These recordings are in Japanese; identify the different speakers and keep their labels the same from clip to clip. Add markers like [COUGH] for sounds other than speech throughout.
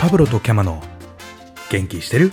Speaker 1: パブロとキャマの元気してる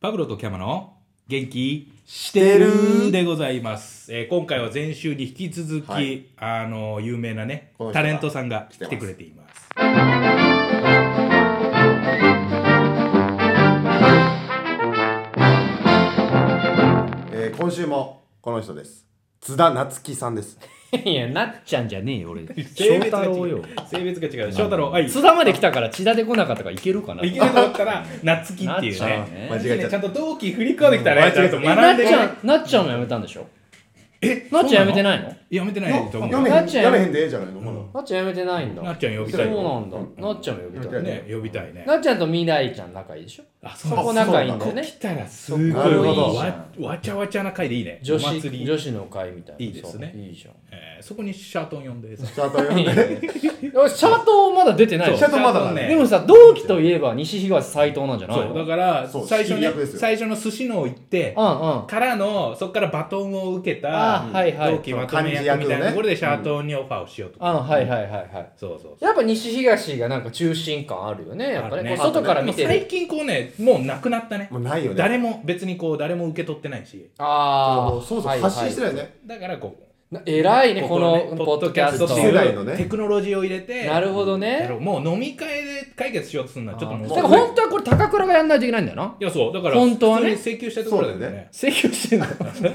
Speaker 1: パブロとキャマの元気してるでございます、えー今回は前週に引き続き、
Speaker 2: はい
Speaker 1: あの有名なね
Speaker 2: この人
Speaker 1: タ
Speaker 2: が
Speaker 1: レントさんが
Speaker 2: 来
Speaker 1: 来
Speaker 2: てます
Speaker 1: てくれています
Speaker 2: えー今週もこの人です津田夏樹さんです
Speaker 3: いや、なっちゃんじゃねえよ、
Speaker 1: [LAUGHS]
Speaker 3: 俺。
Speaker 1: 性
Speaker 3: 翔
Speaker 1: 別が
Speaker 3: 太
Speaker 1: 違
Speaker 3: 郎よ
Speaker 1: う。性別が違う翔太郎はい
Speaker 3: 津田まで来たから千田で来なかったからいけるかな。
Speaker 1: いけると思ったら夏希っていう
Speaker 3: なっちゃん
Speaker 1: ね
Speaker 3: ね
Speaker 2: 間違え
Speaker 1: ね
Speaker 2: ちゃっ
Speaker 1: ちゃん
Speaker 2: た
Speaker 1: と同期振り込んできたね
Speaker 2: うん
Speaker 1: ちゃんと
Speaker 3: えな
Speaker 1: 学
Speaker 3: っ
Speaker 1: んで
Speaker 3: ちゃ
Speaker 1: ね
Speaker 3: ん、なっちゃんも辞めたんでしょ
Speaker 1: え
Speaker 3: なっちゃん辞めて
Speaker 1: い
Speaker 3: ないの
Speaker 1: やめてないと思う
Speaker 2: や
Speaker 1: よ
Speaker 2: め
Speaker 3: な
Speaker 2: へ
Speaker 3: っ
Speaker 2: ん
Speaker 3: ちゃん
Speaker 2: やめへんでええじゃないのまだ
Speaker 3: なっちゃん辞めてないんだ。
Speaker 1: なっちゃん呼び
Speaker 3: そ
Speaker 1: た
Speaker 3: う
Speaker 1: い
Speaker 3: なんだ。なっちゃんも呼びたい。
Speaker 1: ね呼びたいね
Speaker 3: なっちゃんと未来ちゃん仲いいでしょ
Speaker 1: あそ
Speaker 3: そうこ仲いいんだ
Speaker 1: こ
Speaker 3: よ
Speaker 1: こ
Speaker 3: ね。
Speaker 1: 来たらすごい
Speaker 2: なるほど
Speaker 1: わわちゃわちゃな回でいいね
Speaker 3: 女
Speaker 1: お
Speaker 3: 子
Speaker 1: 祭り
Speaker 3: 女子の会みたいな。
Speaker 1: いいですね
Speaker 3: そういいじゃん。
Speaker 1: えーそこにシャートン呼んでさ
Speaker 2: ちゃんと読んで
Speaker 3: [LAUGHS] 俺シャートまだ出てない
Speaker 1: そう
Speaker 3: の
Speaker 2: シャトンまだだね
Speaker 3: でもさ、同期といえば西東斎藤なんじゃない
Speaker 1: そう
Speaker 3: のうん
Speaker 1: だ
Speaker 3: うん。
Speaker 1: から
Speaker 2: そう
Speaker 1: 最初
Speaker 2: 仕切り役です
Speaker 1: ね
Speaker 2: よ
Speaker 1: 最初の寿司の行って
Speaker 3: あ
Speaker 1: からのそこからバトンを受けた
Speaker 3: あはいはい
Speaker 1: 同期まとめ役みたいなところでシャートンにオファーをしようとか
Speaker 3: はいはいはいはい。
Speaker 1: そうそう
Speaker 3: やっぱ西東がなんか中心感あるよね。やっぱ
Speaker 1: ある
Speaker 3: ね、
Speaker 1: ね
Speaker 3: こう外から見て
Speaker 1: でも
Speaker 3: る。
Speaker 1: 最近こうねもうなくなったね
Speaker 2: もうないよね
Speaker 1: 誰も別にこう誰も受け取ってないし
Speaker 3: あ
Speaker 2: もうそもそも発信してないよね
Speaker 1: だからこう
Speaker 3: な偉いね、こ
Speaker 1: は
Speaker 3: のポッドキャスト。
Speaker 2: ポッドキャスト
Speaker 3: だか
Speaker 2: 世代のね
Speaker 1: テクノロジーを入れて
Speaker 3: なるほどね
Speaker 1: やろうもう飲み会で解決しようとするのはちょっともう
Speaker 3: ら本当はこれ高倉がやんないといけないんだよな。
Speaker 1: いやそうだから
Speaker 3: 本当はね
Speaker 1: 普通に請求したいところだよ
Speaker 2: そうだよ
Speaker 1: ね
Speaker 3: 請求して [LAUGHS] んだ。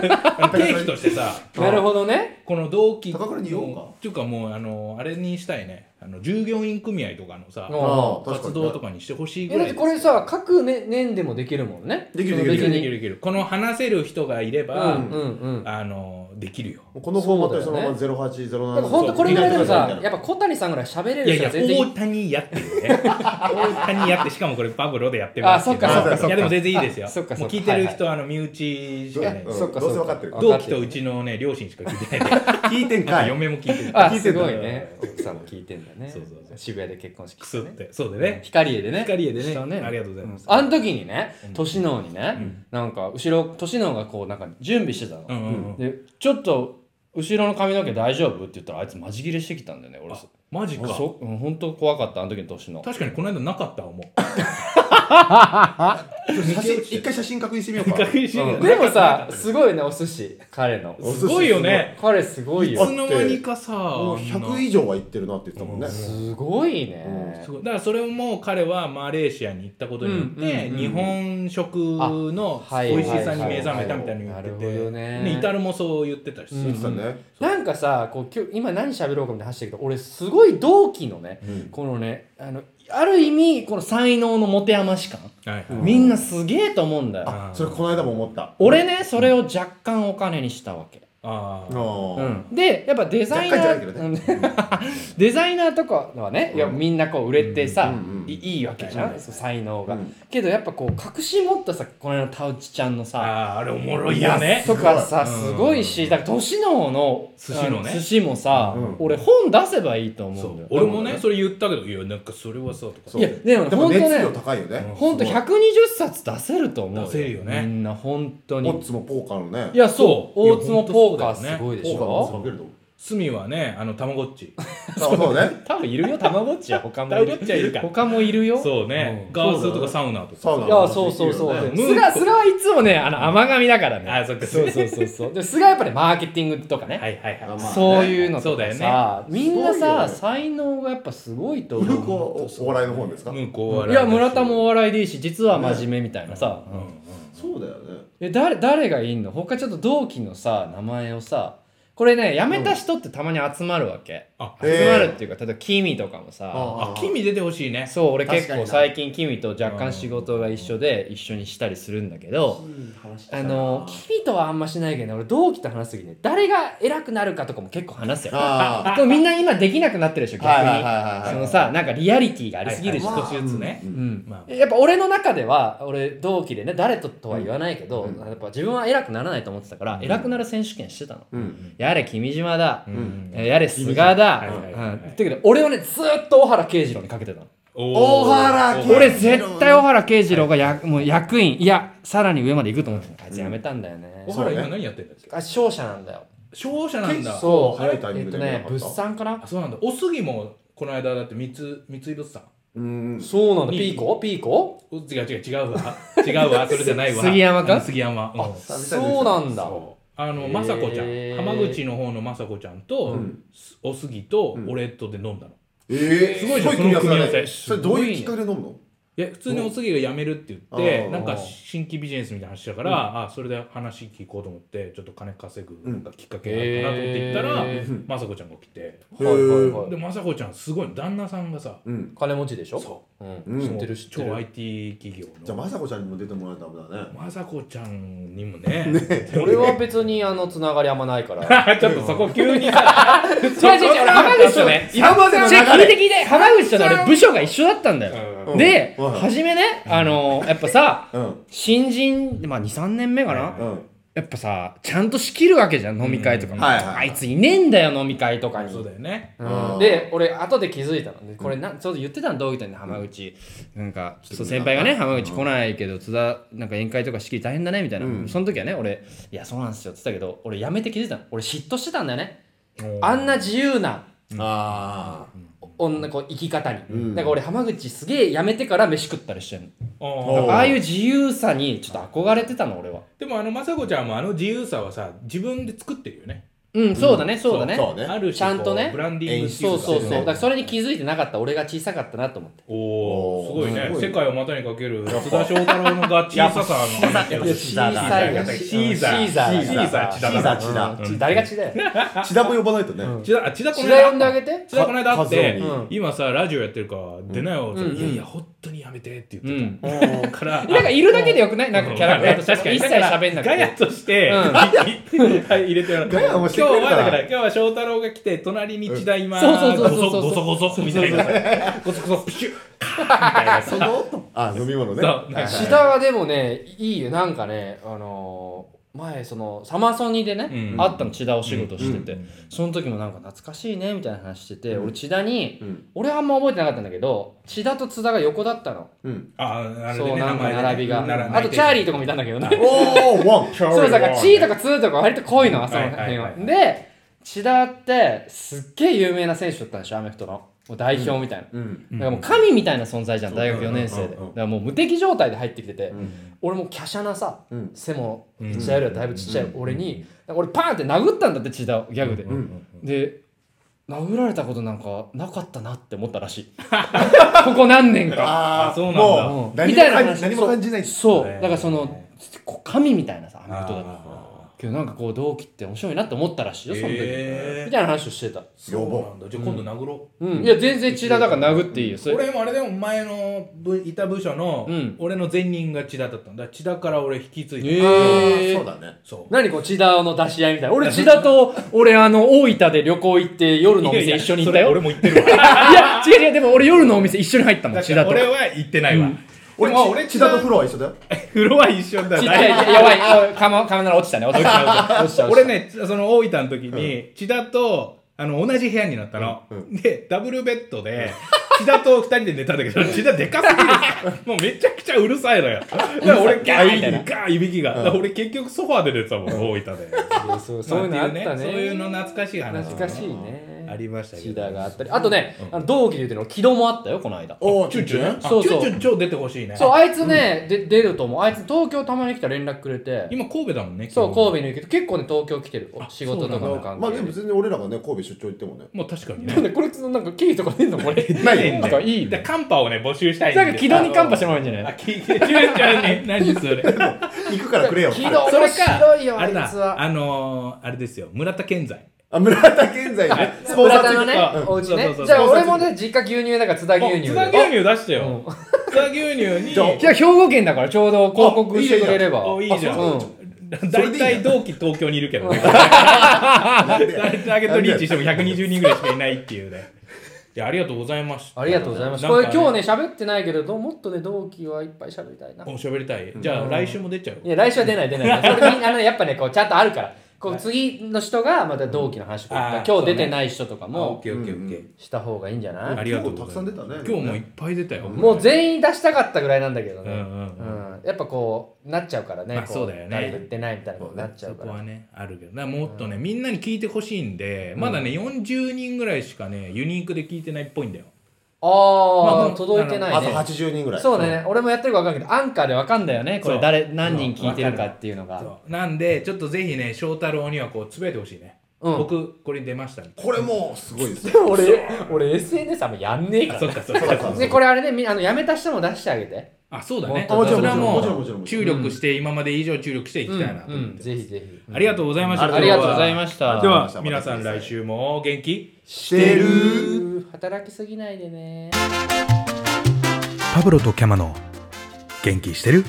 Speaker 1: 定期として
Speaker 2: [LAUGHS]
Speaker 1: さ
Speaker 3: なるほどね。
Speaker 1: この同期
Speaker 2: 高倉に言おうか
Speaker 1: っていうかもうあのあれにしたいねあの従業員組合とかのさ
Speaker 3: うん
Speaker 2: ああ確か
Speaker 1: 活
Speaker 2: に
Speaker 1: 動とかにしてほしいぐ
Speaker 3: えだ
Speaker 1: ら
Speaker 3: っ
Speaker 1: い
Speaker 3: て
Speaker 1: です
Speaker 3: これさ、各ね年でもできるもんね。
Speaker 2: できる
Speaker 3: その
Speaker 1: で
Speaker 2: で
Speaker 1: き
Speaker 2: き
Speaker 1: る
Speaker 3: 別
Speaker 1: で
Speaker 3: に
Speaker 1: きるできるこの話せる人がいれば、
Speaker 3: うんうん。
Speaker 1: あのできるよ
Speaker 2: このフォーマットでそ
Speaker 3: そう
Speaker 2: のまま0807
Speaker 3: だよねなんか本当これぐらいでも
Speaker 2: みん
Speaker 3: さ
Speaker 2: な、で
Speaker 3: やっぱ小谷さんぐらい喋れ
Speaker 1: い
Speaker 3: る
Speaker 1: やい
Speaker 3: 人
Speaker 1: や
Speaker 3: は全然
Speaker 1: 大谷やってるね大谷やってしかもこれパブロでやってますけど
Speaker 3: あそっか
Speaker 2: そっかそっか
Speaker 1: いやでも全然いいですよ
Speaker 3: あそっかそ
Speaker 1: もう
Speaker 3: っか
Speaker 1: 聞いてる人、あの身内しかね
Speaker 2: うん
Speaker 3: そっか
Speaker 2: どう
Speaker 3: そ
Speaker 2: せ
Speaker 3: っ
Speaker 2: 分かってる
Speaker 3: わ
Speaker 1: 同期とう
Speaker 3: る
Speaker 1: ちのね両親しか聞いてないんで
Speaker 2: 聞いてんかい
Speaker 1: 嫁も聞いてない
Speaker 3: あ、
Speaker 2: 聞い
Speaker 3: す
Speaker 2: てた
Speaker 3: ごいね。奥さんも聞いてんだね
Speaker 1: そうそうそう。
Speaker 3: 渋谷で結婚式
Speaker 1: く
Speaker 3: し
Speaker 1: す
Speaker 3: た
Speaker 1: っ
Speaker 3: ね。
Speaker 1: てそうでね
Speaker 3: 光栄でね。
Speaker 1: 光栄でね
Speaker 3: した
Speaker 1: ありがとうございます
Speaker 3: んあの時にね、年のにね、なんか後ろ、年のがこう、なんか準備してたの。
Speaker 1: うんうんうん
Speaker 3: で、ちょっと、後ろの髪の毛大丈夫って言ったら、あいつマジ切れしてきたんだよね、俺。
Speaker 1: あマジか
Speaker 3: そうん本当怖かった、あの時の年の。
Speaker 1: 確かにこの間なかった思う
Speaker 2: 写真一回写真確認してみようか
Speaker 1: 確認してみ
Speaker 3: うん
Speaker 1: る
Speaker 3: でもさ、すごいね、お寿司、彼の。
Speaker 2: お寿司
Speaker 1: すごいよね
Speaker 3: 彼すごい
Speaker 1: い
Speaker 3: よ
Speaker 1: つ。の間にかさ
Speaker 2: もう
Speaker 1: あん
Speaker 2: 100
Speaker 1: な
Speaker 2: 以上は行ってるなって言ってたもんね
Speaker 3: すごいね
Speaker 1: す。ごいだからそれをもう彼はマレーシアに行ったことによって、
Speaker 3: うんうんうん
Speaker 1: 日本食の美味しさに目覚めたみたいなの言って
Speaker 3: はいはいはいなるほ
Speaker 1: て、
Speaker 3: どね
Speaker 1: イタルもそう言ってたし、
Speaker 2: 言ってたね
Speaker 3: なんかさこう今日今何喋ろうかみたいな話してるけど俺すごい同期のね、このねあのある意味この才能の持て余し感、
Speaker 1: はいはい
Speaker 3: みんなすげえと思うんだよ
Speaker 2: あそれこの間も思った
Speaker 3: 俺ねそれを若干お金にしたわけ、
Speaker 1: あ
Speaker 2: あ
Speaker 1: ー
Speaker 3: う
Speaker 2: ー
Speaker 3: ん、でやっぱデザ
Speaker 2: 若干じ
Speaker 3: イナ
Speaker 2: ゃないけ
Speaker 3: ー
Speaker 2: ど、ね
Speaker 3: [LAUGHS] デザイナーとかはね、いやみんなこう売れてさ、
Speaker 2: うんうん
Speaker 3: いいいわけじゃん、そう才能が、
Speaker 2: うん
Speaker 3: けどやっぱこう隠し持ったさこの間のタウチちゃんの
Speaker 1: あ
Speaker 3: さ
Speaker 1: ーあれおもろいよね
Speaker 3: とかさ
Speaker 1: すごい
Speaker 3: すごいしだから年のの
Speaker 1: 寿司のね
Speaker 3: あ寿司もさ、
Speaker 2: うん
Speaker 3: 俺本出せばいいと思
Speaker 1: そ
Speaker 3: うんだ
Speaker 1: う
Speaker 3: よ
Speaker 1: 俺もねそれ言ったけどいやなんかそれはさとか
Speaker 2: そう
Speaker 3: いやでもね
Speaker 2: でも熱
Speaker 3: 本当ね
Speaker 2: 量高いよね
Speaker 3: ほんと
Speaker 2: す
Speaker 3: 120冊出せると思う
Speaker 1: 出せるよね
Speaker 3: みんな本当
Speaker 2: ごいオッ
Speaker 3: に
Speaker 2: ズもポーカーのね
Speaker 3: いやそう
Speaker 1: そういや
Speaker 3: 大津もポーカ
Speaker 1: ほんと
Speaker 3: ー
Speaker 1: そうだよね
Speaker 3: すごいで
Speaker 2: ポ
Speaker 3: し
Speaker 2: ーカーも
Speaker 3: ょ
Speaker 2: 負けると思う
Speaker 1: 隅はねあのたまごっち
Speaker 2: あそうね
Speaker 3: 多分いるよたまごっちは他も
Speaker 1: た
Speaker 3: い
Speaker 1: まごっ
Speaker 3: る
Speaker 1: ちはいるか
Speaker 3: 他もいるよ
Speaker 1: そうね、
Speaker 3: うん
Speaker 1: ガースとかサウナとか
Speaker 2: サウナ
Speaker 3: いやそうそうそ
Speaker 2: い
Speaker 3: う
Speaker 2: いよね
Speaker 3: で
Speaker 1: ムー
Speaker 3: 菅菅はいつもねあの甘髪だからね
Speaker 1: あそっか
Speaker 3: そうそうそうそうで菅はやっぱりマーケティングとかね、
Speaker 1: [LAUGHS] はいはいはい、
Speaker 2: あまあね
Speaker 3: そういうの
Speaker 1: そ
Speaker 3: と
Speaker 1: うだ
Speaker 3: か
Speaker 1: よ
Speaker 3: さ、みんな
Speaker 2: すごいよ
Speaker 3: さ、
Speaker 2: ね
Speaker 3: 才能がやっぱすごいと
Speaker 2: 向
Speaker 3: 思う
Speaker 2: こうおお笑いの方ですか
Speaker 1: 向こうお笑
Speaker 3: い
Speaker 1: だ
Speaker 3: や
Speaker 1: し
Speaker 3: 村田もお笑いでいいし実は真面目みたいなさ、
Speaker 1: うんうん
Speaker 2: そうだよね
Speaker 3: え誰誰がいいの他ちょっと同期のさ名前をさこれね辞めた人ってたまに集まるわけ、
Speaker 1: あ
Speaker 2: え
Speaker 3: 集まるっていうか例えばキミとかもさ
Speaker 1: あ君出てほしいね
Speaker 3: そう俺
Speaker 2: 確
Speaker 3: 結
Speaker 2: かにな
Speaker 3: 構最近キミと若干仕事が一緒で一緒にしたりするんだけどあのキミとはあんましないけどね俺同期と話す時ね誰が偉くなるかとかも結構話すよ
Speaker 2: あ
Speaker 3: でもみんな今できなくなってるでしょ逆に、
Speaker 2: はいはいはいはいはい
Speaker 3: そのさなんかリアリティがありすぎるし、
Speaker 1: はいはい少しずつね、
Speaker 3: うん
Speaker 1: まあ
Speaker 3: やっぱ俺の中では俺同期でね誰ととは言わないけど、やっぱ自分は偉くならないと思ってたから、偉くなる選手権してたの、
Speaker 2: うん
Speaker 3: やれ君島だ、
Speaker 1: う
Speaker 3: えーやれ菅だ、
Speaker 1: 君島はいは
Speaker 3: うん
Speaker 1: いはいはい
Speaker 3: だけど俺はねずーっと小原慶次郎にかけてたの
Speaker 1: お
Speaker 2: 大原慶
Speaker 3: 俺絶対小原慶次郎がや、もう役員いやさらに上まで行くと思ってたあいつ辞めたんだよね、
Speaker 1: 小原今何やってんだっけ
Speaker 3: あ勝者なんだよ
Speaker 1: 商社なんだ
Speaker 2: そう早いタイミング
Speaker 3: えっと
Speaker 2: でね
Speaker 3: ね物産かな
Speaker 1: あそうなんだおすぎもこの間だって三つ三井物産
Speaker 2: うん
Speaker 3: そうなんだ。
Speaker 1: に
Speaker 3: ピーコピーコ
Speaker 1: う違う違う違うわ [LAUGHS] 違うわそれじゃないわ
Speaker 3: 杉山か
Speaker 1: うん杉山うん
Speaker 3: そうなんだ。
Speaker 1: そうあの雅子ちゃ
Speaker 3: へー
Speaker 1: ん浜口の方の雅子ちゃんと、
Speaker 2: うん
Speaker 1: おすぎと
Speaker 2: うん
Speaker 1: 俺とで飲んだの、
Speaker 2: えー、
Speaker 1: すごいじゃん
Speaker 2: 組み合わせだ
Speaker 1: その組
Speaker 2: ね
Speaker 1: み合わせ
Speaker 2: それどういうきっかけで飲むの
Speaker 1: いや普通におすぎが辞めるって言っ
Speaker 2: う
Speaker 1: て
Speaker 2: ん
Speaker 1: なん
Speaker 3: あ
Speaker 1: か
Speaker 3: ー
Speaker 1: 新規ビジネスみたいな話だから、あそれで話聞こうと思ってちょっと金稼ぐなんかきっかけがあるかなと思って行ったら、
Speaker 3: へ
Speaker 2: ー
Speaker 1: 雅子ちゃんが来て
Speaker 2: へー
Speaker 3: はいはいはい
Speaker 1: で雅子ちゃんすごいの旦那さんがさ
Speaker 2: うん
Speaker 3: 金持ちでしょ。、
Speaker 1: そう
Speaker 2: うんん
Speaker 3: 知ってる知って
Speaker 1: 超
Speaker 3: る。
Speaker 1: IT 企業の
Speaker 2: じゃあ雅子ちゃんにも出てもらえたらダメだね
Speaker 1: 雅子ちゃんにもね
Speaker 3: 俺は別にあのつながりあんまないから。
Speaker 2: [LAUGHS]
Speaker 1: ちょっとそこ急にさ
Speaker 3: 違う違う違う、俺浜口とね、
Speaker 2: 今までの
Speaker 3: 違う
Speaker 2: 流れ
Speaker 3: 聞いて聞いて、浜口とね、俺部署が一緒だったんだよ。
Speaker 1: うん
Speaker 2: うん
Speaker 3: で、
Speaker 2: うん
Speaker 3: 初めね、あの、やっぱさ、
Speaker 2: うん
Speaker 3: 新人、まあ2、3年目かな
Speaker 2: うん
Speaker 3: やっぱさ、ちゃんと仕切るわけじゃん、飲み会とかも。
Speaker 2: うんはいはいはい
Speaker 3: あいついねえんだよ、飲み会とかに。
Speaker 1: そうだよね
Speaker 2: うん
Speaker 3: で俺後で気づいたのでこれなちょうど言ってたの同期とね浜口なんかそう先輩がね浜口来ないけど津田なんか宴会とか式大変だねみたいな、
Speaker 2: うん
Speaker 3: その時はね俺いやそうなんですよって言ったけど俺やめて気づいたの俺嫉妬してたんだよね
Speaker 1: うん
Speaker 3: あんな自由な
Speaker 2: あ
Speaker 3: 女こう生き方に、
Speaker 2: うん
Speaker 3: だから俺浜口すげえやめてから飯食ったりしてん
Speaker 1: うん
Speaker 2: お
Speaker 3: のああいう自由さにちょっと憧れてたの俺は
Speaker 1: でもあの雅子ちゃんもあの自由さはさ自分で作ってるよね
Speaker 3: うんそうだね、そうだね
Speaker 2: そうね
Speaker 1: ある種
Speaker 3: ちゃんとね
Speaker 1: こうブランディングってい
Speaker 3: そう
Speaker 1: か
Speaker 3: うそうそう
Speaker 2: ね
Speaker 3: だからそれに気づいてなかった俺が小さかったなと思って
Speaker 1: おおす
Speaker 2: おー
Speaker 1: ごいね
Speaker 2: すごい
Speaker 1: 世界を股にかける津田翔太郎のが小ささの話
Speaker 2: や
Speaker 1: を
Speaker 2: っぱ
Speaker 3: 小
Speaker 2: 小
Speaker 3: さ
Speaker 2: さ
Speaker 3: い
Speaker 2: い
Speaker 1: よ
Speaker 3: シ
Speaker 1: シ
Speaker 3: ー
Speaker 1: ー
Speaker 3: ザ
Speaker 1: ザ
Speaker 3: ー
Speaker 1: ー
Speaker 2: シーザー
Speaker 3: シー
Speaker 2: シーザ
Speaker 3: ザ
Speaker 2: ー
Speaker 3: ー
Speaker 2: 千田
Speaker 3: うん誰が血だよ
Speaker 2: あ千田も呼ばないとね
Speaker 1: 千田あ千田こ
Speaker 3: 血
Speaker 1: の
Speaker 3: だ
Speaker 1: 間
Speaker 3: 呼んであげて
Speaker 1: 千田この間会って、
Speaker 2: か
Speaker 3: 数を見
Speaker 1: 今さラジオやってるから出なよって、
Speaker 3: うん
Speaker 1: いやいや本当にやめてって言ってた、
Speaker 3: うん
Speaker 2: うん
Speaker 1: から
Speaker 3: なんかいるだけでよくないなんかキャラクターとして
Speaker 1: 確かに
Speaker 3: 一切喋んなく
Speaker 1: ガヤ
Speaker 3: て
Speaker 1: として、
Speaker 3: うん
Speaker 1: はい入れてもらう
Speaker 2: ガヤも
Speaker 1: 今日
Speaker 2: してくれる
Speaker 1: は
Speaker 2: から
Speaker 1: だから今日は翔太郎が来て隣に一台今
Speaker 3: そうそうそう
Speaker 1: ご
Speaker 3: そうそう
Speaker 1: そごそごそみたいなごそごそプシュッカー
Speaker 2: そ
Speaker 1: みたいなさ
Speaker 2: の [LAUGHS] 音あ飲み物ね
Speaker 1: そう
Speaker 2: はいはい
Speaker 3: 志田はでもねいいよなんかねあのー前そのサマソニでね、
Speaker 1: うん
Speaker 3: 会ったの千田お仕事してて、
Speaker 1: うん
Speaker 3: その時もなんか懐かしいねみたいな話してて、
Speaker 2: うん
Speaker 3: 俺千田に
Speaker 2: うん
Speaker 3: 俺はあんま覚えてなかったんだけど千田と津田が横だったの、
Speaker 2: うん
Speaker 1: ああれで
Speaker 3: そう
Speaker 1: ね
Speaker 3: なんか並びが、
Speaker 1: 名前でね
Speaker 3: あとチャーリーとかもいたんだけどね
Speaker 2: おーワン
Speaker 1: チャーリー
Speaker 3: そうだから、チー
Speaker 1: か
Speaker 3: とかツーとか割と濃いの、
Speaker 1: うん
Speaker 3: その辺
Speaker 1: は
Speaker 3: はい
Speaker 1: はいはい
Speaker 3: で、千田って、すっげえ有名な選手だったんでしょ、アメフトの。もう代表みたいな。
Speaker 2: うん
Speaker 1: うん
Speaker 3: だからもう神みたいな存在じゃん、
Speaker 2: うん
Speaker 3: 大学4年生で。だ
Speaker 2: うんうんうん
Speaker 3: からもう無敵状態で入ってきてて、
Speaker 2: うん
Speaker 3: 俺も華奢なさ、
Speaker 2: うん
Speaker 3: 背も、
Speaker 1: うん
Speaker 3: 千田よりはだいぶちっちゃい俺に、俺パーンって殴ったんだって、千田をギャグで。
Speaker 2: ん
Speaker 3: で、殴られたことなんかなかったなって思ったらしい。 [LAUGHS] ここ何年か。
Speaker 2: あ
Speaker 1: あ
Speaker 2: ー
Speaker 1: そうなんだ
Speaker 2: もう何
Speaker 3: み
Speaker 2: も
Speaker 3: たいな
Speaker 2: 感
Speaker 3: 話
Speaker 2: じ何も感じない
Speaker 3: そう、
Speaker 1: ね
Speaker 3: だからその、こう神みたいなさ、アメフトだった。
Speaker 1: あ
Speaker 3: けどなんかこう同期って面白いなって思ったらしい
Speaker 1: ー
Speaker 3: よその時、
Speaker 1: へ
Speaker 3: み
Speaker 1: ー
Speaker 3: たいな話をしてた、
Speaker 1: そうなんだじゃあ今度殴ろう
Speaker 3: うん、いや全然千田だから殴っていいよそれ
Speaker 1: 俺もあれでも前の部いた部署の
Speaker 3: うん
Speaker 1: 俺の前任が千田だったんだ千田から俺引き継いで
Speaker 3: へ
Speaker 2: あ
Speaker 3: ーえー
Speaker 2: ーそうだね
Speaker 1: そう
Speaker 3: 何こう千田の出し合いみたいな俺千田と俺あの大分で旅行行って夜のお
Speaker 1: いや
Speaker 3: 店
Speaker 1: いや
Speaker 3: 一緒に行
Speaker 1: そ
Speaker 3: った
Speaker 1: れ
Speaker 3: よ
Speaker 1: 俺も行 [LAUGHS] ってるわ
Speaker 3: いや違う違うでも俺夜のお店一緒に入ったもん千
Speaker 1: 確か
Speaker 3: 田と
Speaker 1: 俺は行ってないわ
Speaker 2: 俺
Speaker 1: でも俺
Speaker 2: ち千田と風呂は一緒だよ
Speaker 1: 風呂は一緒だ
Speaker 3: ちっち
Speaker 1: よ
Speaker 3: ゃいやばいあカメカメラ落ちたね落ちた落ちた落ち
Speaker 1: 俺ねその大分の時に千田とあの同じ部屋になったの、
Speaker 2: うんう
Speaker 1: でダブルベッドで千田と二人で寝たんだけど千田でかすぎるもうめちゃくちゃうるさいのよだから俺ガ
Speaker 3: うるさいみたいな
Speaker 1: ーガーいびきが、だから俺結局ソファーで寝てたもん大分で
Speaker 3: た [LAUGHS] そうそういうのあったね
Speaker 1: まあっていうそういうの懐かしい話
Speaker 3: 懐かしいね
Speaker 1: ありましたけど
Speaker 3: 千田があったりあとね、あの同期で言うてるの木戸もあったよこの間
Speaker 2: おー
Speaker 1: チュンチュンね
Speaker 3: そうそう
Speaker 1: あチュンチュン超出てほしいね
Speaker 3: そうあいつね、で出ると思うあいつ東京たまに来たら連絡くれて
Speaker 1: 今神戸だもんね
Speaker 3: そう
Speaker 1: 基本
Speaker 3: 神戸にいるけど結構ね東京来てるお仕事とかの関係
Speaker 2: まあでも別に俺らがね神戸出張行ってもね
Speaker 1: もう確かに
Speaker 3: なん
Speaker 1: ね
Speaker 3: でこれそのなんか経費とか出んのこれ
Speaker 2: ない
Speaker 1: いい
Speaker 3: [LAUGHS] なんかいい
Speaker 1: だ
Speaker 3: ね
Speaker 1: からカンパをね募集したい
Speaker 3: なんか軌道にカンパして
Speaker 1: も
Speaker 3: もらうんじゃな
Speaker 1: あ
Speaker 3: い
Speaker 1: キチュンチュンね何それ
Speaker 2: 行くからくれよ
Speaker 3: 軌道
Speaker 1: そ
Speaker 3: 面
Speaker 1: れか
Speaker 3: 白いよあ
Speaker 1: あれ
Speaker 3: いつ
Speaker 1: だ
Speaker 3: は
Speaker 1: あのー、あれですよ村田健在
Speaker 2: あ村田健在 [LAUGHS] ねスポンサー
Speaker 3: 村
Speaker 2: つい
Speaker 3: 田
Speaker 2: て
Speaker 3: のね
Speaker 1: うん
Speaker 3: お家
Speaker 1: そう
Speaker 3: ね
Speaker 1: そうそう
Speaker 3: じゃあ俺もね実家牛乳だから津田牛乳
Speaker 1: 津田牛乳出してよ
Speaker 3: うん
Speaker 1: 津田牛乳に
Speaker 2: じゃあ
Speaker 3: じゃあ兵庫県だからちょうど広告してくれれば
Speaker 1: おいいじゃん
Speaker 3: うん
Speaker 1: 大体同期東京にいるけどねターゲットリーチしても120人ぐらいしかいないっていうねいやありがとうございました
Speaker 3: ありがとうございます
Speaker 1: なん
Speaker 3: こ
Speaker 1: か
Speaker 3: れ今日ね喋ってないけれどもっとね同期はいっぱい喋りたいな
Speaker 1: お喋りたいじゃあ来週も出ちゃう
Speaker 3: いや来週は出ない出 [LAUGHS] ないそれみんなあのねやっぱねこうちゃんとあるからこう次の人がまた同期の話とか
Speaker 1: あー
Speaker 3: 今日出てない人とか
Speaker 1: あオッ
Speaker 3: も
Speaker 1: ケーオッケーオッケー
Speaker 3: した方がいいんじゃない
Speaker 1: ありがとうございます
Speaker 2: 今日たくさん出たね
Speaker 1: 今日もいっぱい出たよ
Speaker 3: もう全員出したかったぐらいなんだけど
Speaker 1: うんう
Speaker 3: ね、
Speaker 1: ん
Speaker 3: うんやっぱこうなっちゃうからね、
Speaker 1: まあ
Speaker 3: こ
Speaker 1: そうだよね
Speaker 3: 誰も言ってないみたいなことになっちゃ
Speaker 1: そう
Speaker 3: か
Speaker 1: こ
Speaker 3: ら、
Speaker 1: はねあるけどだからもっとね、みんなに聞いてほしいんでまだね、40人ぐらいしかねユニークで聞いてないっぽいんだよま
Speaker 3: あ
Speaker 1: あ
Speaker 3: あ、
Speaker 1: もう
Speaker 3: 届いてない
Speaker 2: あと
Speaker 3: ね
Speaker 2: 80人ぐらい
Speaker 3: そうだね俺もやってるか分かんないけどアンカーで分かんだよねこ
Speaker 1: そ
Speaker 3: れ
Speaker 1: う
Speaker 3: 誰何人聞いてるかっていうのが
Speaker 1: そうなんでちょっとぜひね翔太郎にはこうつぶやいてほしいね、
Speaker 3: うん
Speaker 1: 僕これに出ましたみたい
Speaker 2: これもうすごいですよ
Speaker 3: でも俺俺 SNS あんまやんねえか
Speaker 1: な
Speaker 3: ら
Speaker 1: あそっかそっか
Speaker 3: でこれあれねみあの辞めた人も出してあげて
Speaker 1: あそうだね
Speaker 3: も
Speaker 1: そ
Speaker 3: っと
Speaker 1: れはも
Speaker 2: もちろんもちろん
Speaker 1: う
Speaker 2: もちろ
Speaker 1: 注
Speaker 2: ん
Speaker 1: 力して今まで以上注力していきたいなと思
Speaker 3: う
Speaker 1: っ
Speaker 3: ん、
Speaker 1: て、
Speaker 3: ぜひぜひ
Speaker 1: ありがとうございました、
Speaker 2: うん
Speaker 3: ありがとうございま
Speaker 1: し
Speaker 3: した
Speaker 1: で
Speaker 2: ありがとうございま
Speaker 1: は
Speaker 2: した
Speaker 1: 皆さん来週も元気
Speaker 2: してる
Speaker 3: 働きすぎないでね
Speaker 1: パブロとキャマの元気してる